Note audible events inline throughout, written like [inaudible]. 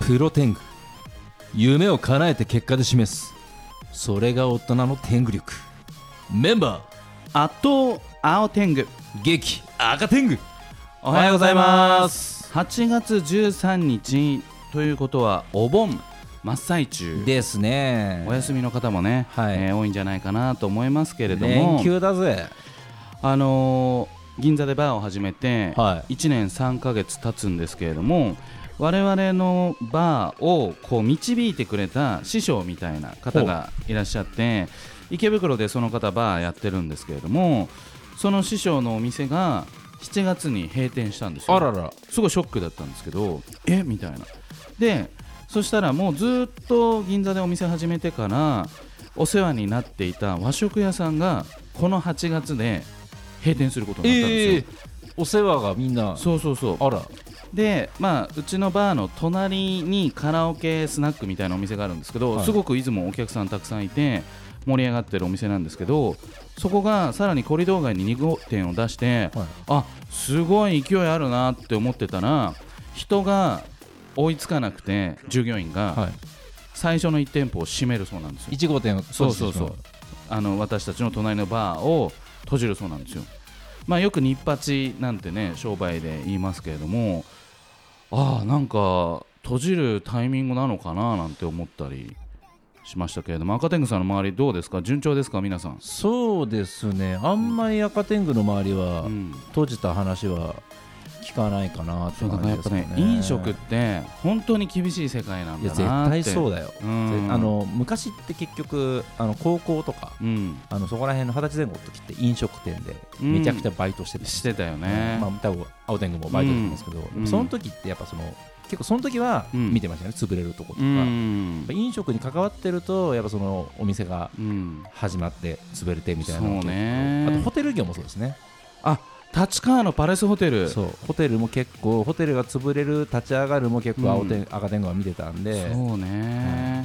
プロテング夢を叶えて結果で示すそれが大人の天狗力メンバあと青天狗ー激赤天狗おおはようございます8月13日ということはお盆真っ最中ですねお休みの方もね、はいえー多いんじゃないかなと思いますけれども連休だぜあのー銀座でバーを始めては1年3ヶ月経つんですけれども我々のバーをこう導いてくれた師匠みたいな方がいらっしゃって池袋でその方バーやってるんですけれどもその師匠のお店が7月に閉店したんですよあららすごいショックだったんですけどえみたいなでそしたらもうずっと銀座でお店始めてからお世話になっていた和食屋さんがこの8月で閉店することになったんですよ、ええお世話がみんなそうそうそうあらでまあうちのバーの隣にカラオケスナックみたいなお店があるんですけど、はいすごくいつもお客さんたくさんいて盛り上がってるお店なんですけどそこがさらにコリドー街に2号店を出して、はいあすごい勢いあるなって思ってたら人が追いつかなくて従業員がは最初の1店舗を閉めるそうなんですよい1号店をそうそうそうあの私たちの隣のバーを閉じるそうなんですよ、まあ、よく日八なんてね商売で言いますけれどもああなんか閉じるタイミングなのかななんて思ったりしましたけれども赤天狗さんの周りどうですか順調ですか皆さん、そうですねあんまり赤天狗の周りは、うん、閉じた話は聞かないかなってそうだ感からじやでっぱすかねね飲食って本当に厳しい世界なんいやだ絶なって対そうだよ、うんぜあの昔って結局あの高校とかうんあのそこら辺の二十歳前後の時って飲食店でめちゃくちゃバイトしてて、してたよね、まあ、多分青天狗もバイトだったんですけど、うんその時ってやっぱその結構その時はうん見てましたよね、潰れるとことうか、やんっぱ飲食に関わってるとやっぱそのお店がうん、始まって潰れてみたいなのがそうねあとホテル業もそうですねあ立川のパレスホテルそうホテルも結構ホテルが潰れる立ち上がるも結構青天、赤天狗は見てたんでそうね、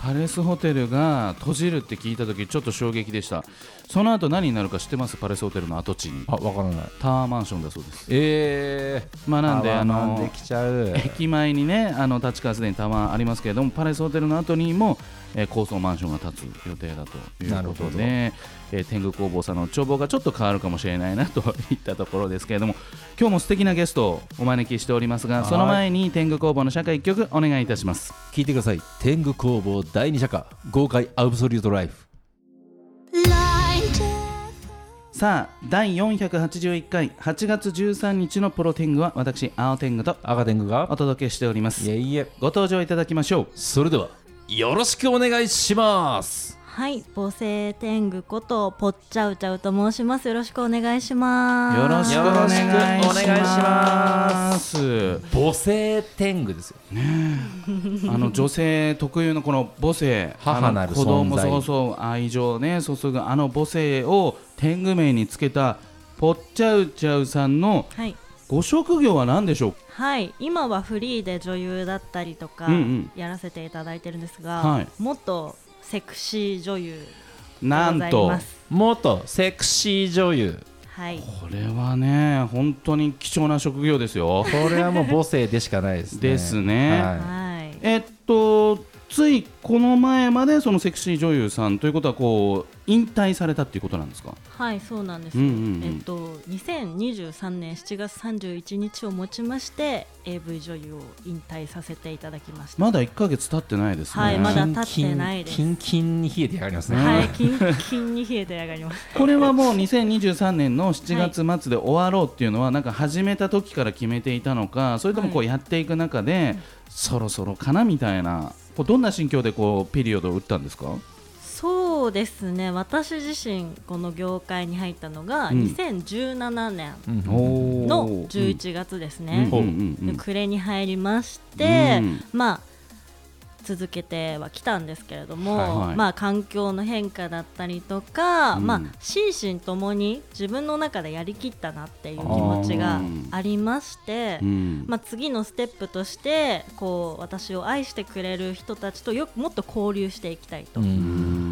パレスホテルが閉じるって聞いた時ちょっと衝撃でしたその後何になるか知ってますパレスホテルの跡地にあわからないタワーマンションだそうですええまあー、なんで泡あまんでのきちゃう駅前にねあの立川すでにタワーありますけれどもパレスホテルの後にも、えー高層マンションが建つ予定だというなるこほとどで、えー天狗工房さんの眺望がちょっと変わるかもしれないなといったところですけれども今日も素敵なゲストをお招きしておりますがはいその前に天狗工房の社会一曲お願いいたします聞いてください天狗工房第二社歌豪快アブソリュートライフ Blinded. さあ第481回8月13日のプロテングは私青天狗と赤天狗おが届けしておりますいえいえご登場いただきましょうそれではよろしくお願いしますはい、母性天狗ことぽっちゃうちゃうと申します。よろしくお願いします。よろしくお願いしよろしくお願いしまます母性天狗ですよあの女性特有のこの母性母なるあの子供存在そうそう愛情をね注ぐあの母性を天狗名につけたぽっちゃうちゃうさんのはい、ご職業は何でしょうはい、今はフリーで女優だったりとかうんうんやらせていただいてるんですが、はい元セクシー女優でなござんいとます。元セクシー女優はい、これはね本当に貴重な職業ですよこれはもう母性でしかないですねですねははい、えっとついこの前までそのセクシー女優さんということはこう引退されたっていうことなんですかはい、そうなんです。うんうんうんえっと、2023年7月31日をもちまして、AV 女優を引退させていただきました。まだ1ヶ月経ってないですね、はいい、まだ立ってないですキンキンキンキンに冷えてやがりますね、はい、 [laughs] キンキンに冷えて上がります。これはもう2023年の7月末で終わろうっていうのはなんか始めた時から決めていたのかそれともこうはやっていく中でそろそろかなみたいなこうどんな心境でこうピリオドを打ったんですかそうですね私自身この業界に入ったのがうん2017年うんの11月ですね、うんうんうんうんで暮れに入りまして、うんまあ続けてはきたんですけれども、はいはいまあ、環境の変化だったりとか、うんまあ、心身ともに自分の中でやりきったなっていう気持ちがありまして、うんまあ、次のステップとしてこう私を愛してくれる人たちとよもっと交流していきたいとうんう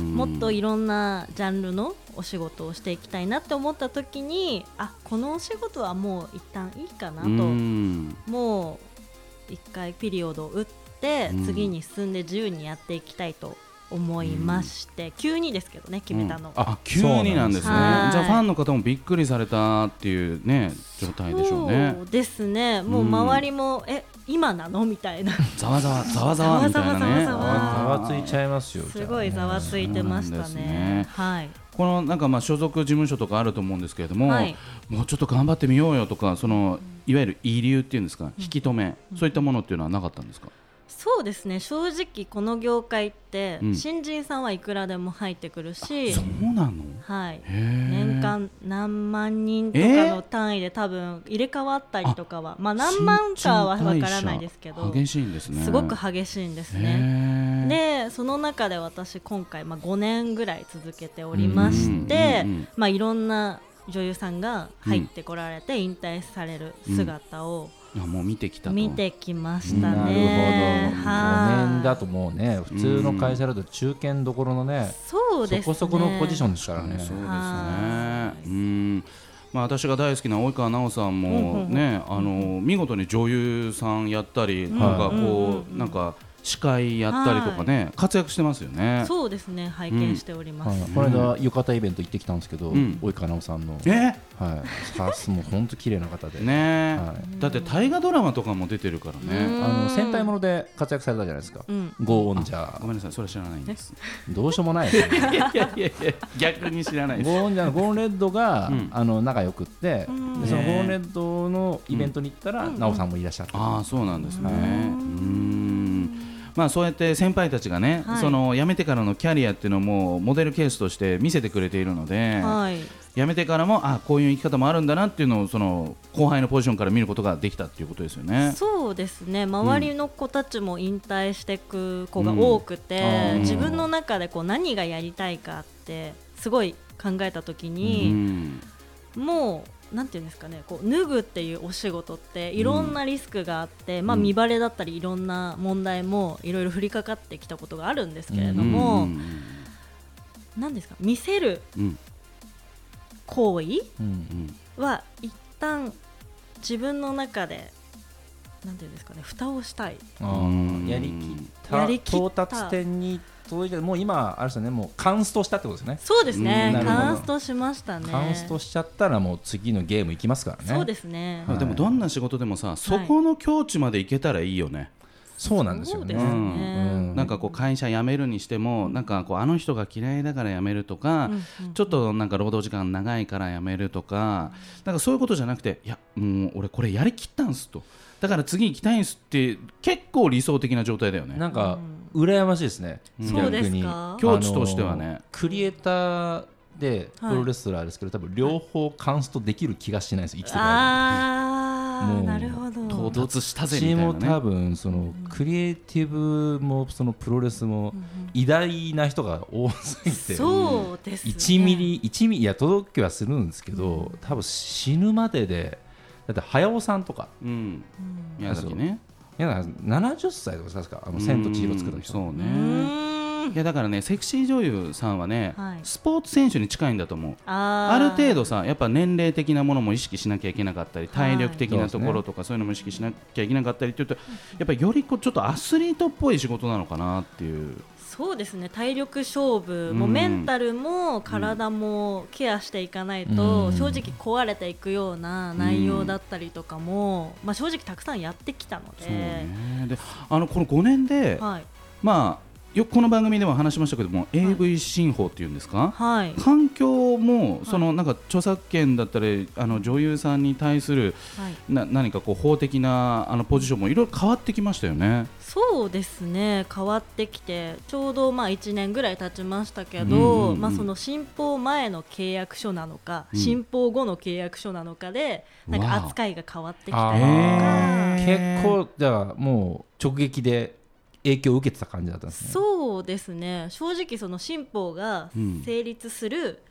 んもっといろんなジャンルのお仕事をしていきたいなって思った時にあこのお仕事はもう一旦いいかなと、うんもう一回ピリオドを打ってうん次に進んで自由にやっていきたいと思いまして、急にですけどね決めたの、あ急になんですねそうなんですじゃあファンの方もびっくりされたっていうね状態でしょうねそうですねもう周りも、え今なのみ [laughs] たいなざわざわざわざわみたいなねざわざわざざわわついちゃいますよすごいざわついてましそたねうなんですねはい、このなんかまあ所属事務所とかあると思うんですけれども、はいもうちょっと頑張ってみようよとかそのいわゆる遺留っていうんですか引き止め、そういったものっていうのはなかったんですか、そうですね正直この業界って、うん新人さんはいくらでも入ってくるしそうなのはいへー年間何万人とかの単位で多分入れ替わったりとかは、まあ何万かはわからないですけど激しいんですねすごく激しいんですね。ねでその中で私今回、まあ、5年ぐらい続けておりまして、うんうんうんうんまあ、いろんな女優さんが入ってこられて引退される姿をもう見てきたと見てきましなたるほどね。はい5年だともうね普通の会社だと中堅どころのねそそうですねこそこのポジションですからねねそうですねはういんまあ、私が大好きな及川奈緒さんも、ねあの見事に女優さんやったり、なんかこう、なんか司会やったりとかね、活躍してますよね。そうですね拝見しております、はいこの間浴衣イベント行ってきたんですけどうん及川奈緒さんのえはいさすもう本当綺麗な方でね、はいだって大河ドラマとかも出てるからうね。んあの戦隊もので活躍されたじゃないですかうんゴーオンジャーごめんなさい、それ知らないんです。どうしようもないです [laughs] ね [laughs] いやいやいや、逆に知らないでゴす。ーンじゃないゴーンレッドが、うんあの仲良くって、うんでそのねゴーンレッドのイベントに行ったら、うんなおさんもいらっしゃって、ああ、そうなんですはね。ういん。まあ、そうやって先輩たちがね、はいその辞めてからのキャリアっていうのもモデルケースとして見せてくれているので、はい辞めてからもあこういう生き方もあるんだなっていうのをその後輩のポジションから見ることができたっていうことですよね。そうですね周りの子たちも引退していく子が多くて、うん自分の中でこう何がやりたいかってすごい考えた時うに、んもうなんていうんですかねこう脱ぐっていうお仕事っていろんなリスクがあって、まあ、見バレだったりいろんな問題もいろいろ降りかかってきたことがあるんですけれども、うんなんですか見せるうん行為うんうんは一旦自分の中でなんていうんですかね蓋をしたい。あうんーやりきったやりきった到達点に届いてもう今あれですよねもうカンストしたってことですねそうですね、うんなるほどカンストしましたね。カンストしちゃったらもう次のゲーム行きますからねそうですね。はいでもどんな仕事でもさそこの境地までいけたらいいよね、そうなんですよねそうですねうんなんかこう会社辞めるにしてもなんかこうあの人が嫌いだから辞めるとうか、んうんちょっとなんか労働時間長いから辞めるとかなんかそういうことじゃなくていやもう俺これやりきったんすとだから次行きたいんすって結構理想的な状態だよね。なんか羨ましいですね、うんそうですか境地としてはねあのークリエイターでプロレスラーですけど、多分両方カンストできる気がしないです生きてる間にあもあ、うなるほ到ど。達したぜうみたちいもな多ね。分そのクリエイティブもそのプロレスも偉大な人が多すぎてそうです、ね。 1ミ。リ1ミリいや届きはするんですけど多分死ぬまででだって早尾さんとかうん、宮崎ね。いや70歳とかですかあの「千と千尋」作った人そううね。ーん。いやだからねセクシー女優さんはね、はいスポーツ選手に近いんだと思う。あある程度。度さやっぱ年齢的なものも意識しなきゃいけなかったり体力的なところとかそういうのも意識しなきゃいけなかったりっていうとやっぱりよりこうちょっとアスリートっぽい仕事なのかなっていうそうですね。体力勝負、もううんメンタルも体もケアしていかないうと、ん正直壊れていくような内容だったりとかも、まあ正直たくさんやってきたので。そうねであのこの5年で、はい。まあよくこの番組でも話しましたけども AV 新法っていうんですか、はい。環境もそのなんか著作権だったりあの女優さんに対するはい。な何かこう法的なあのポジションもいろいろ変わってきましたよね。そうですね変わってきてちょうどまあ1年ぐらい経ちましたけど、うんうんうんまあ、その新法前の契約書なのか、うん新法後の契約書なのかでなんわあか扱いが変わってきあたーり結構じゃあもう直撃で影響を受けてた感じだったんですねそうですね正直その新法がうん成立する、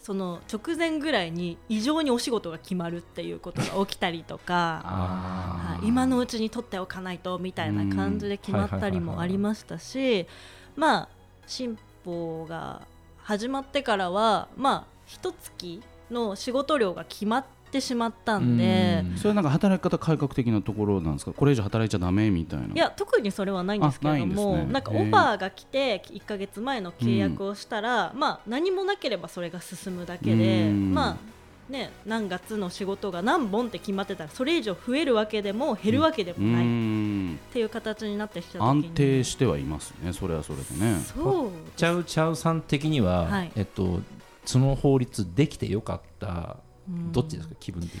その直前ぐらいに異常にお仕事が決まるっていうことが起きたりとかあはい今のうちに取っておかないとみたいな感じで決まったりもありましたしまあ新法が始まってからはまあ一月の仕事量が決まってしまったんでうんそれなんか働き方改革的なところなんですかこれ以上働いちゃダメみたいないや特にそれはないんですけれどもあなないん,、んですねかオファーが来て1か月前の契約をしたら、まあ、何もなければそれが進むだけで、うんまあね、何月の仕事が何本って決まってたらそれ以上増えるわけでも減るわけでうもないっんていう形になってきた時に安定してはいますねそれはそれでねそうチャウチャウさん的には、はいえっと、その法律できてよかったうんどっちですか気分的に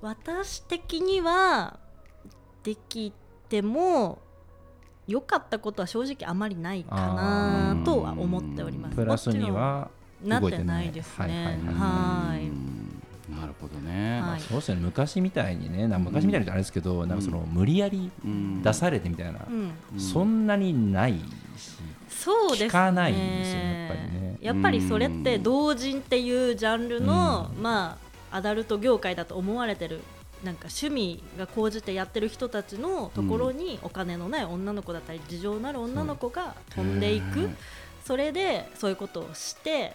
は私的にはできても良かったことは正直あまりないかなとは思っております。プラスにもはちろんなっ動いててなないいですね。はいはいはいはういんなるほどね、はいまあそうですよね昔みたいにねな昔みたいにあれですけど、なんかその無理やりうん出されてみたいな、うん、うんそんなにないし、そうですね。聞かないんですよねやっぱりねやっぱりそれって同人っていうジャンルの、まあアダルト業界だと思われてる。なんか趣味が高じてやってる人たちのところにお金のない女の子だったり事情のある女の子が飛んでいへくーそれでそういうことをして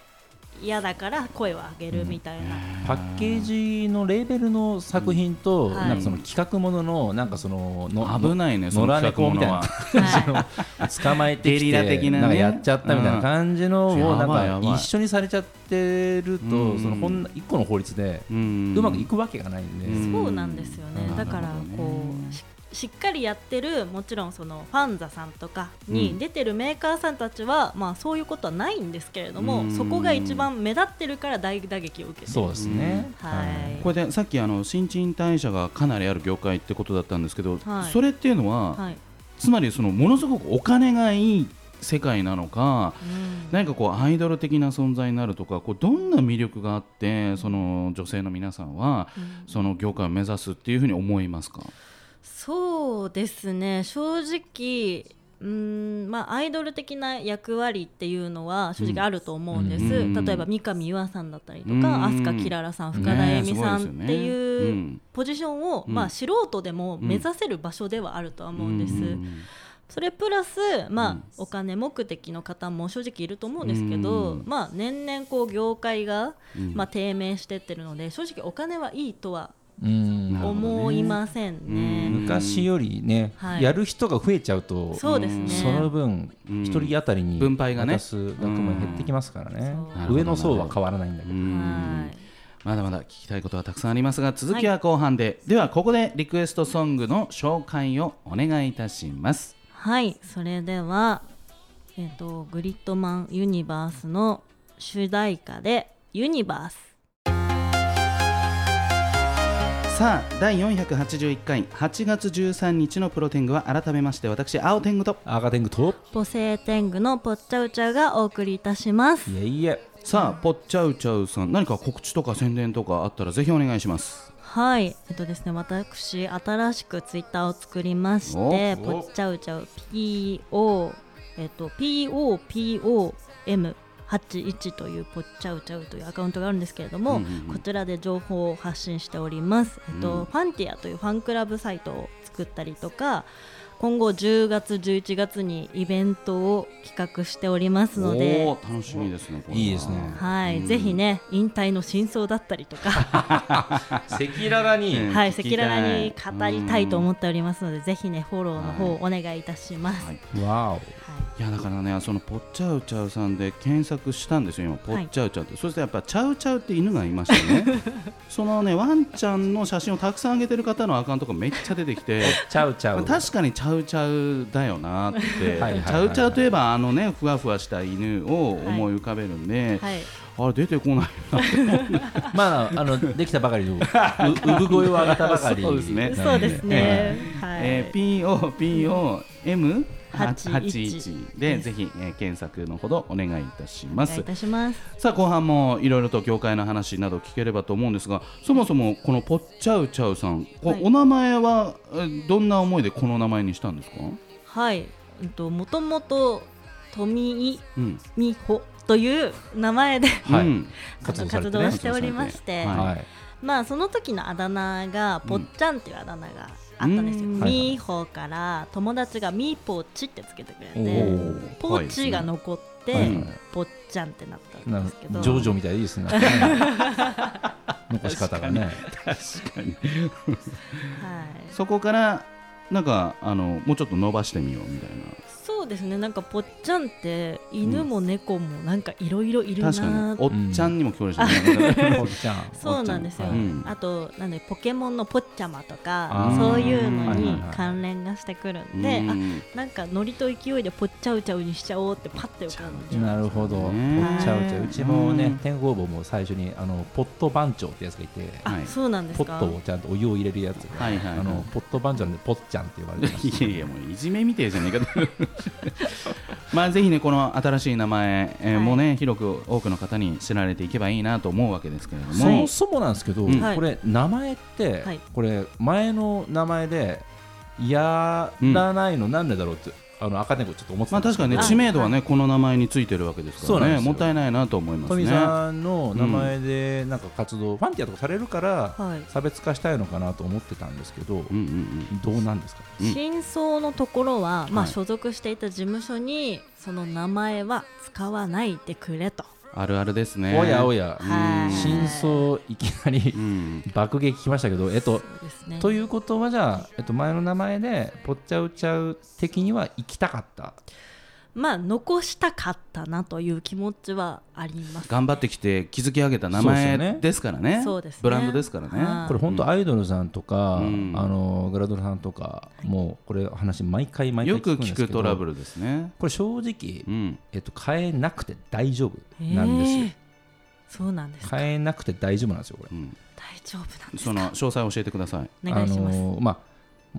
嫌だから声を上げるみたいな、パッケージのレーベルの作品と、うんなんかその企画もののなんかそのの危ないねそ野の良企猫画みもたいのなは [laughs] は捕まえてきてゲリラ的なねんかやっちゃったみたいな感じのうんをやばないんかやばい一緒にされちゃってるうとんそのほん一個の法律でううまくいくくわけがないんで、うい、んそうなんですよねうんだからなるほどねこうししっかりやってるもちろんそのファンザさんとかに出てるメーカーさんたちは、まあ、そういうことはないんですけれども、うんそこが一番目立ってるから大打撃を受けてるそうですね、うんはいこれでさっきあの新陳代謝がかなりある業界ってことだったんですけど、はいそれっていうのは、はいつまりそのものすごくお金がいい世界なのかうん何かこうアイドル的な存在になるとかこうどんな魅力があってその女性の皆さんはうんその業界を目指すっていうふうに思いますか、そうですね正直うーんまあ、アイドル的な役割っていうのは正直あると思うんです、うんうんうん例えば三上優愛さんだったりとうんか飛鳥きららさん深田ね恵美さんってすごいですよねういうんポジションを、うんまあ、素人でも目指せる場所ではあるとは思うんです、うんそれプラス、まあうんお金目的の方も正直いると思うんですけど、うんまあ、年々こう業界が、うんまあ、低迷してってるので正直お金はいいとはうんなるほどね思いませんね。うん昔よりね、はいやる人が増えちゃうとそうですね、その分うん一人当たりに分配がね渡す額も減ってきますからねうんそう上の層は変わらないんだけうど、んはいまだまだ聞きたいことはたくさんありますが続きは後半で、ではここでリクエストソングの紹介をお願いいたしますはい、それでは、えっとグリッドマンユニバースの主題歌で「ユニバースさあ第481回8月13日のプロテングは改めまして私青天狗とアーガテングと」ポセイテングのぽっちゃうちゃうがお送りいたしますいえいえさあぽっちゃうちゃうさん何か告知とか宣伝とかあったらぜひお願いしますはいえっとですね私新しくツイッターを作りましておぽっちゃうちゃう PO えっと POPOM 81というぽっちゃうちゃうというアカウントがあるんですけれども、うんうんうんこちらで情報を発信しております、えっとうんファンティアというファンクラブサイトを作ったりとか今後10月11月にイベントを企画しておりますのおでー楽しみですねこれはいいですねはい、ぜひね引退の真相だったりとか赤裸々にうんは聞い赤きた裸い々に語りたいと思っておりますのでぜひねフォローの方お願いいたします、ははいいわいやだからねそのぽっちゃうちゃうさんで検索したんですよ今ぽっちゃうちゃうって、そしてやっぱちゃうちゃうって犬がいましたね [laughs] そのねワンちゃんの写真をたくさん上げてる方のアカウントがめっちゃ出てきておちゃうちゃまあう確かにちゃうちゃうだよなってはいはいはいちゃうちゃうといえばあのねふわふわした犬を思い浮かべるんで、はいあれ出てこない [laughs] まああのできたばかりのう産声を上げたばかりそうですねそうですね、はい、えー、POPOM81 81でですぜひ、えー検索のほどお願いいたしおま願いすいたしますさあ後半もいろいろと業界の話など聞ければと思うんですがそもそもこのぽっちゃうちゃうさん、こうはいお名前はえーどんな思いでこの名前にしたんですか、はい、うんと、もともと富井うん美穂という名前ではいうんあ活の動されて活動ねしておりましはて、いはいまあその時のあだ名がぽっちゃんっていうあだ名があったんですようんミーホーから友達がミーポーチってつけてくれおてーポーチが残って、はいはいぽっちゃんってなったなんんですかけどジョジョみたいでいいですね残し方がね確かにはい、そこからなんかあのもうちょっと伸ばしてみようみたいそうですねなんかぽっちゃんって犬も猫もなんかいろいろいるなな確かーっにておっちゃんにも聞こえるしねポッちゃんそうなんですよ、はいうんあとなんでポケモンのポッチャマとあかーそういうのはいにはいはい関連がしてくるんで、うんあなんかノリと勢いでポッチャウチャウにしちゃおうってパッて浮かんでなるほど、ポねッチャウチャうちもうねん、天狗坊も最初にあのポット番長ってやつがいて、あ、はいそうなんですポッかトをちゃんとお湯を入れるやつ、はいはいはいあのポット番長なんで、ポッちゃんって言われてます。いやいやもういじめみてえじゃねえかとまあぜひねこの新しい名前、えーはいもうね広く多くの方に知られていけばいいなと思うわけですけれども、そもそもなんですけど、うんはいこれ、名前って、はいこれ、前の名前で、やらないの、なんでだろうって、あの赤猫、ちょっと思ってまたあんです確けかど、にねあ知名度はねこの名前についてるわけですそうかなんでらねすよもったいないなと思います富ね。さんの名前で、なんか活動、ファンティアとかされるから、はい差別化したいのかなと思ってたんですけど、うんうんどうなんですか、うん真相のところは、まはあ、い所属していた事務所にその名前は使わないでくれと、うん、あるあるですね。おやおや、はい真相、いきなりうん、爆撃きましたけど、えっとそ、うですねということはじゃあ、えっと、前の名前でぽっちゃうちゃう的には行きたかったまあ残したかったなという気持ちはあります頑張ってきて築き上げた名そうですよ前ねですからねそうですねブランドですからね。はこれ本当アイドルさんとか、うんあのグラドルさんとかもうこれ話毎回毎回よ聞くくんです聞けどくトラブルですね。これ正直、うん、えっと、変えなくて大丈夫なんですよ、えーそうなんですか大変えなくて大丈夫なんですよこれうん、丈夫なんですそかの詳細教えてください。お願いします、あのーま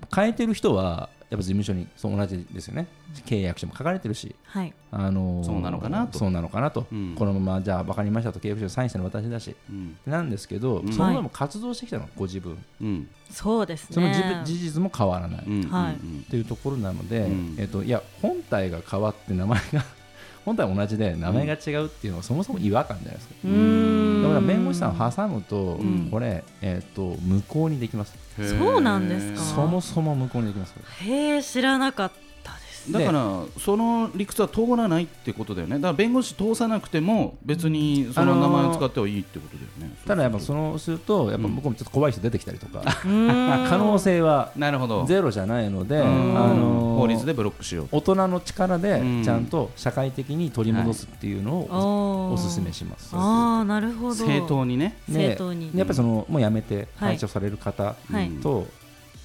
あ、変えてる人はやっぱ事務所にそう同じですよね契約書も書かれてるしはいあのーそうなのかなとそうなのかなと、うんこのままじゃあ分かりましたと契約書にサインしたの私だしうんなんですけど、うんその前も活動してきたの、ご自分、うんそうですねその自分事実も変わらない、うんはいうんというところなので、うんえっといや本体が変わって名前が [laughs] 本体は同じで名前が違うっていうのはそもそも違和感じゃないですか、うーんだから弁護士さんを挟むと、んこれ、えっと無効にできます、へーそうなんですかそもそも無効にできますからへえ知らなかった [laughs] ですだからその理屈は通らないってことだよねだから弁護士通さなくても別にその名前を使ってはいいってことだよね、ただやっぱそのするとやっぱうん向こうもちょっと怖い人出てきたりとか、 [laughs] うーん可能性はなるほどゼロじゃないので、うんあのー法律でブロックしよう大人の力でうんちゃんと社会的に取り戻すっていうのをおすすめします。ああなるほど正当にね、で正当にやっぱりそのもう辞めてはい退職される方はいうんと、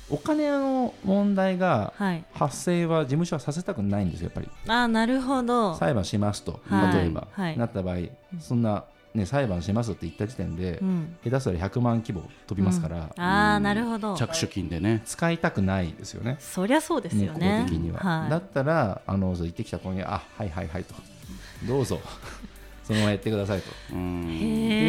お金の問題がはい発生は事務所はさせたくないんですよやっぱりああなるほど裁判しますと、はい例えば、はいなった場合そんな、ね、裁判しますって言った時点で、うん下手したら100万規模飛びますから、ああなるほど着手金でね使いたくないですよね。そりゃそうですよ猫ね的には、はいだったらあのそう行ってきた子にあはいはいはいとどう [laughs] ぞそのままやってくださいとうんってい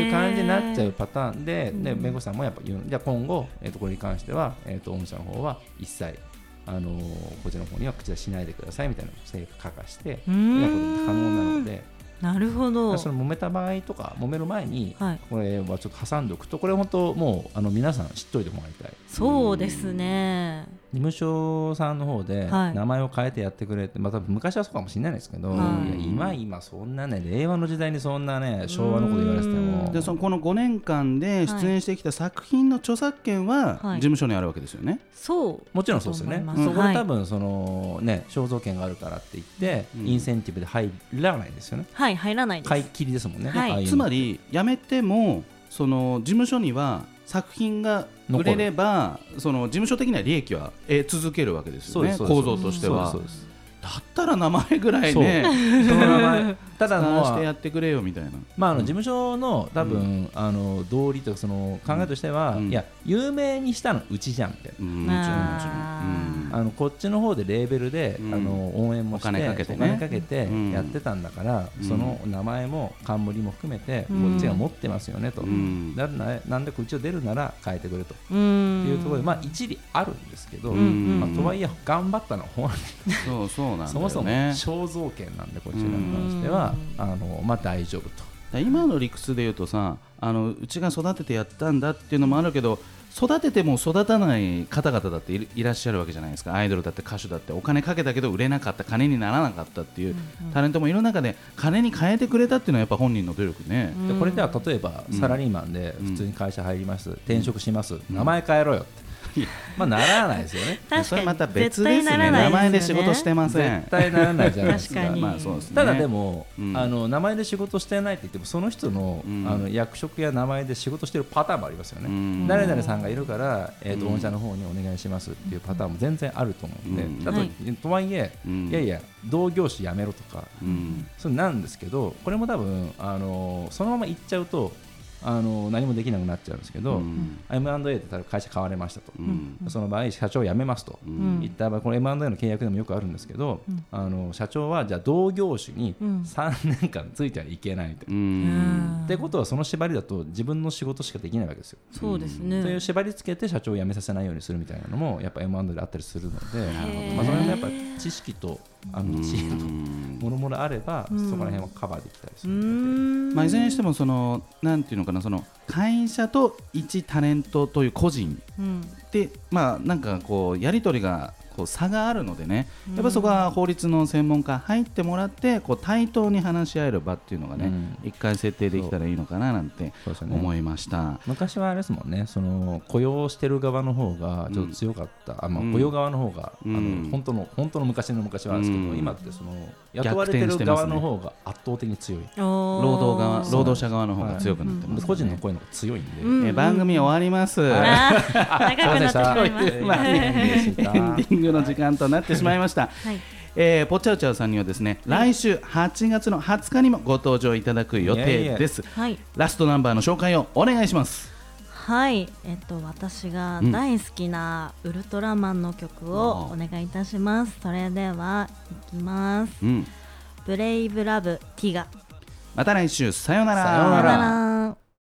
いう感じになっちゃうパターンで、んで弁護士さんもやっぱ言うのじゃあ今後、えっとこれに関しては、えっと御社の方は一切、あのーこちらの方には口出ししないでくださいみたいな制服書かしてってうーなんことが可能なのでなるほどその揉めた場合とか揉める前に、はいこれはちょっと挟んでおくとこれ本当もうあの皆さん知っといてもらいたいそうですね事務所さんの方ではい名前を変えてやってくれって、まあ、多分昔はそうかもしれないですけど、はいいや今今そんなね令和の時代にそんなね昭和のこと言われててもでそのこの5年間で出演してきた作品の著作権はは事い務所にあるわけですよね、そうもちろんそうですよねだと思いま。すそこはでい多分そのね肖像権があるからって言って、うんインセンティブで入らないですよね。はい入らないです買い切りですもんね。はいああいうのつまり辞めてもその事務所には作品が売れればその事務所的には利益は得続けるわけですそうよでねすそうです構造としてはそうですだったら名前ぐらいそうねそうですその [laughs] 名前ただ探してのやってくれよみたいなまああの事務所の多分あの道理というかその考えとしてはうんいや有名にしたのうちじゃんみたいな。うんもちろんもちあーろんあのこっちの方でレーベルで、うんあの応援もしてお金かけてねお金かけてうんやってたんだから、うんその名前も冠も含めて、うんこっちが持ってますよねと、うんだからなんでこっちを出るなら変えてくれとうっんていうところで、まあ、一理あるんですけど、うんうんまあ、とはいえ頑張ったのは本人うんそうそうなんだよねそもそも肖像権なんでこちらに関しては、あのまあ、大丈夫とら今の理屈で言うとさあのうちが育ててやったんだっていうのもあるけど育てても育たない方々だっているいらっしゃるわけじゃないですかアイドルだって歌手だってお金かけたけど売れなかった金にならなかったっていう、タレントもいる中で金に変えてくれたっていうのはやっぱ本人の努力ね、でこれでは例えばサラリーマンで普通に会社入ります、転職します、名前変えろよっ [laughs] て、まあならないですよね確そかれにまた別絶で対すなねらない名前です仕よね事してません絶対ならないじゃないです確かかにまあそうですねただでも、うんあの名前で仕事してないって言ってもその人の,、うんあの役職や名前で仕事してるパターンもありますよね、うん誰々さんがいるから、えーとうん御社の方にお願いしますっていうパターンも全然あると思うんで、うんだとはいとはいえ、うんいやいや同業種やめろとか、うんそれなんですけどこれも多分、あのそのまま行っちゃうと、あの何もできなくなっちゃうんですけど、うん M&A って例えば会社買われましたと、うんその場合社長辞めますと、ううんん言った場合この M&A の契約でもよくあるんですけど、うんあの社長はじゃあ同業種にうん3年間ついてはいけないと。ううんんってことはその縛りだと自分の仕事しかできないわけですよ。そうですねという縛りつけて社長を辞めさせないようにするみたいなのもやっぱ M&A であったりするので、ーまあ、それもやっぱ知識とあの知恵とうんもろもろあれば、うんそこら辺はカバーできたりすうるーので、んまあ、いずれにしてもそのなんていうのかなその会社と一タレントという個人うんでまあなんかこうやり取りがこう差があるのでねやっぱそこは法律の専門家入ってもらってこう対等に話し合える場っていうのがね、うん一回設定できたらいいのかななんてそうですよね思いました。昔はあれですもんねその雇用してる側の方がちょっと強かった、あまあうん雇用側の方が、うんあの本当の本当の昔の昔はあるんですけど、うん今ってその雇われて逆転るしてます側ねの方が圧倒的に強い、労労働側そう労働者側の方が強くなってます、ねで個人の声の方が強いんで、うんえー番組終わります。あー長くなっ [laughs] てしまいますすいませんでしエたンディングの時間となってしまいました。はいえー、ぽちゃうちゃうさんにはですね、来週8月の20日にもご登場いただく予定です。はいラストナンバーの紹介をお願いします。はい、えっと、私が大好きなウルトラマンの曲をお願いいたします。それでは、いきます。うん、ブレイブラブ、ティガ。また来週さようなら。さようならら。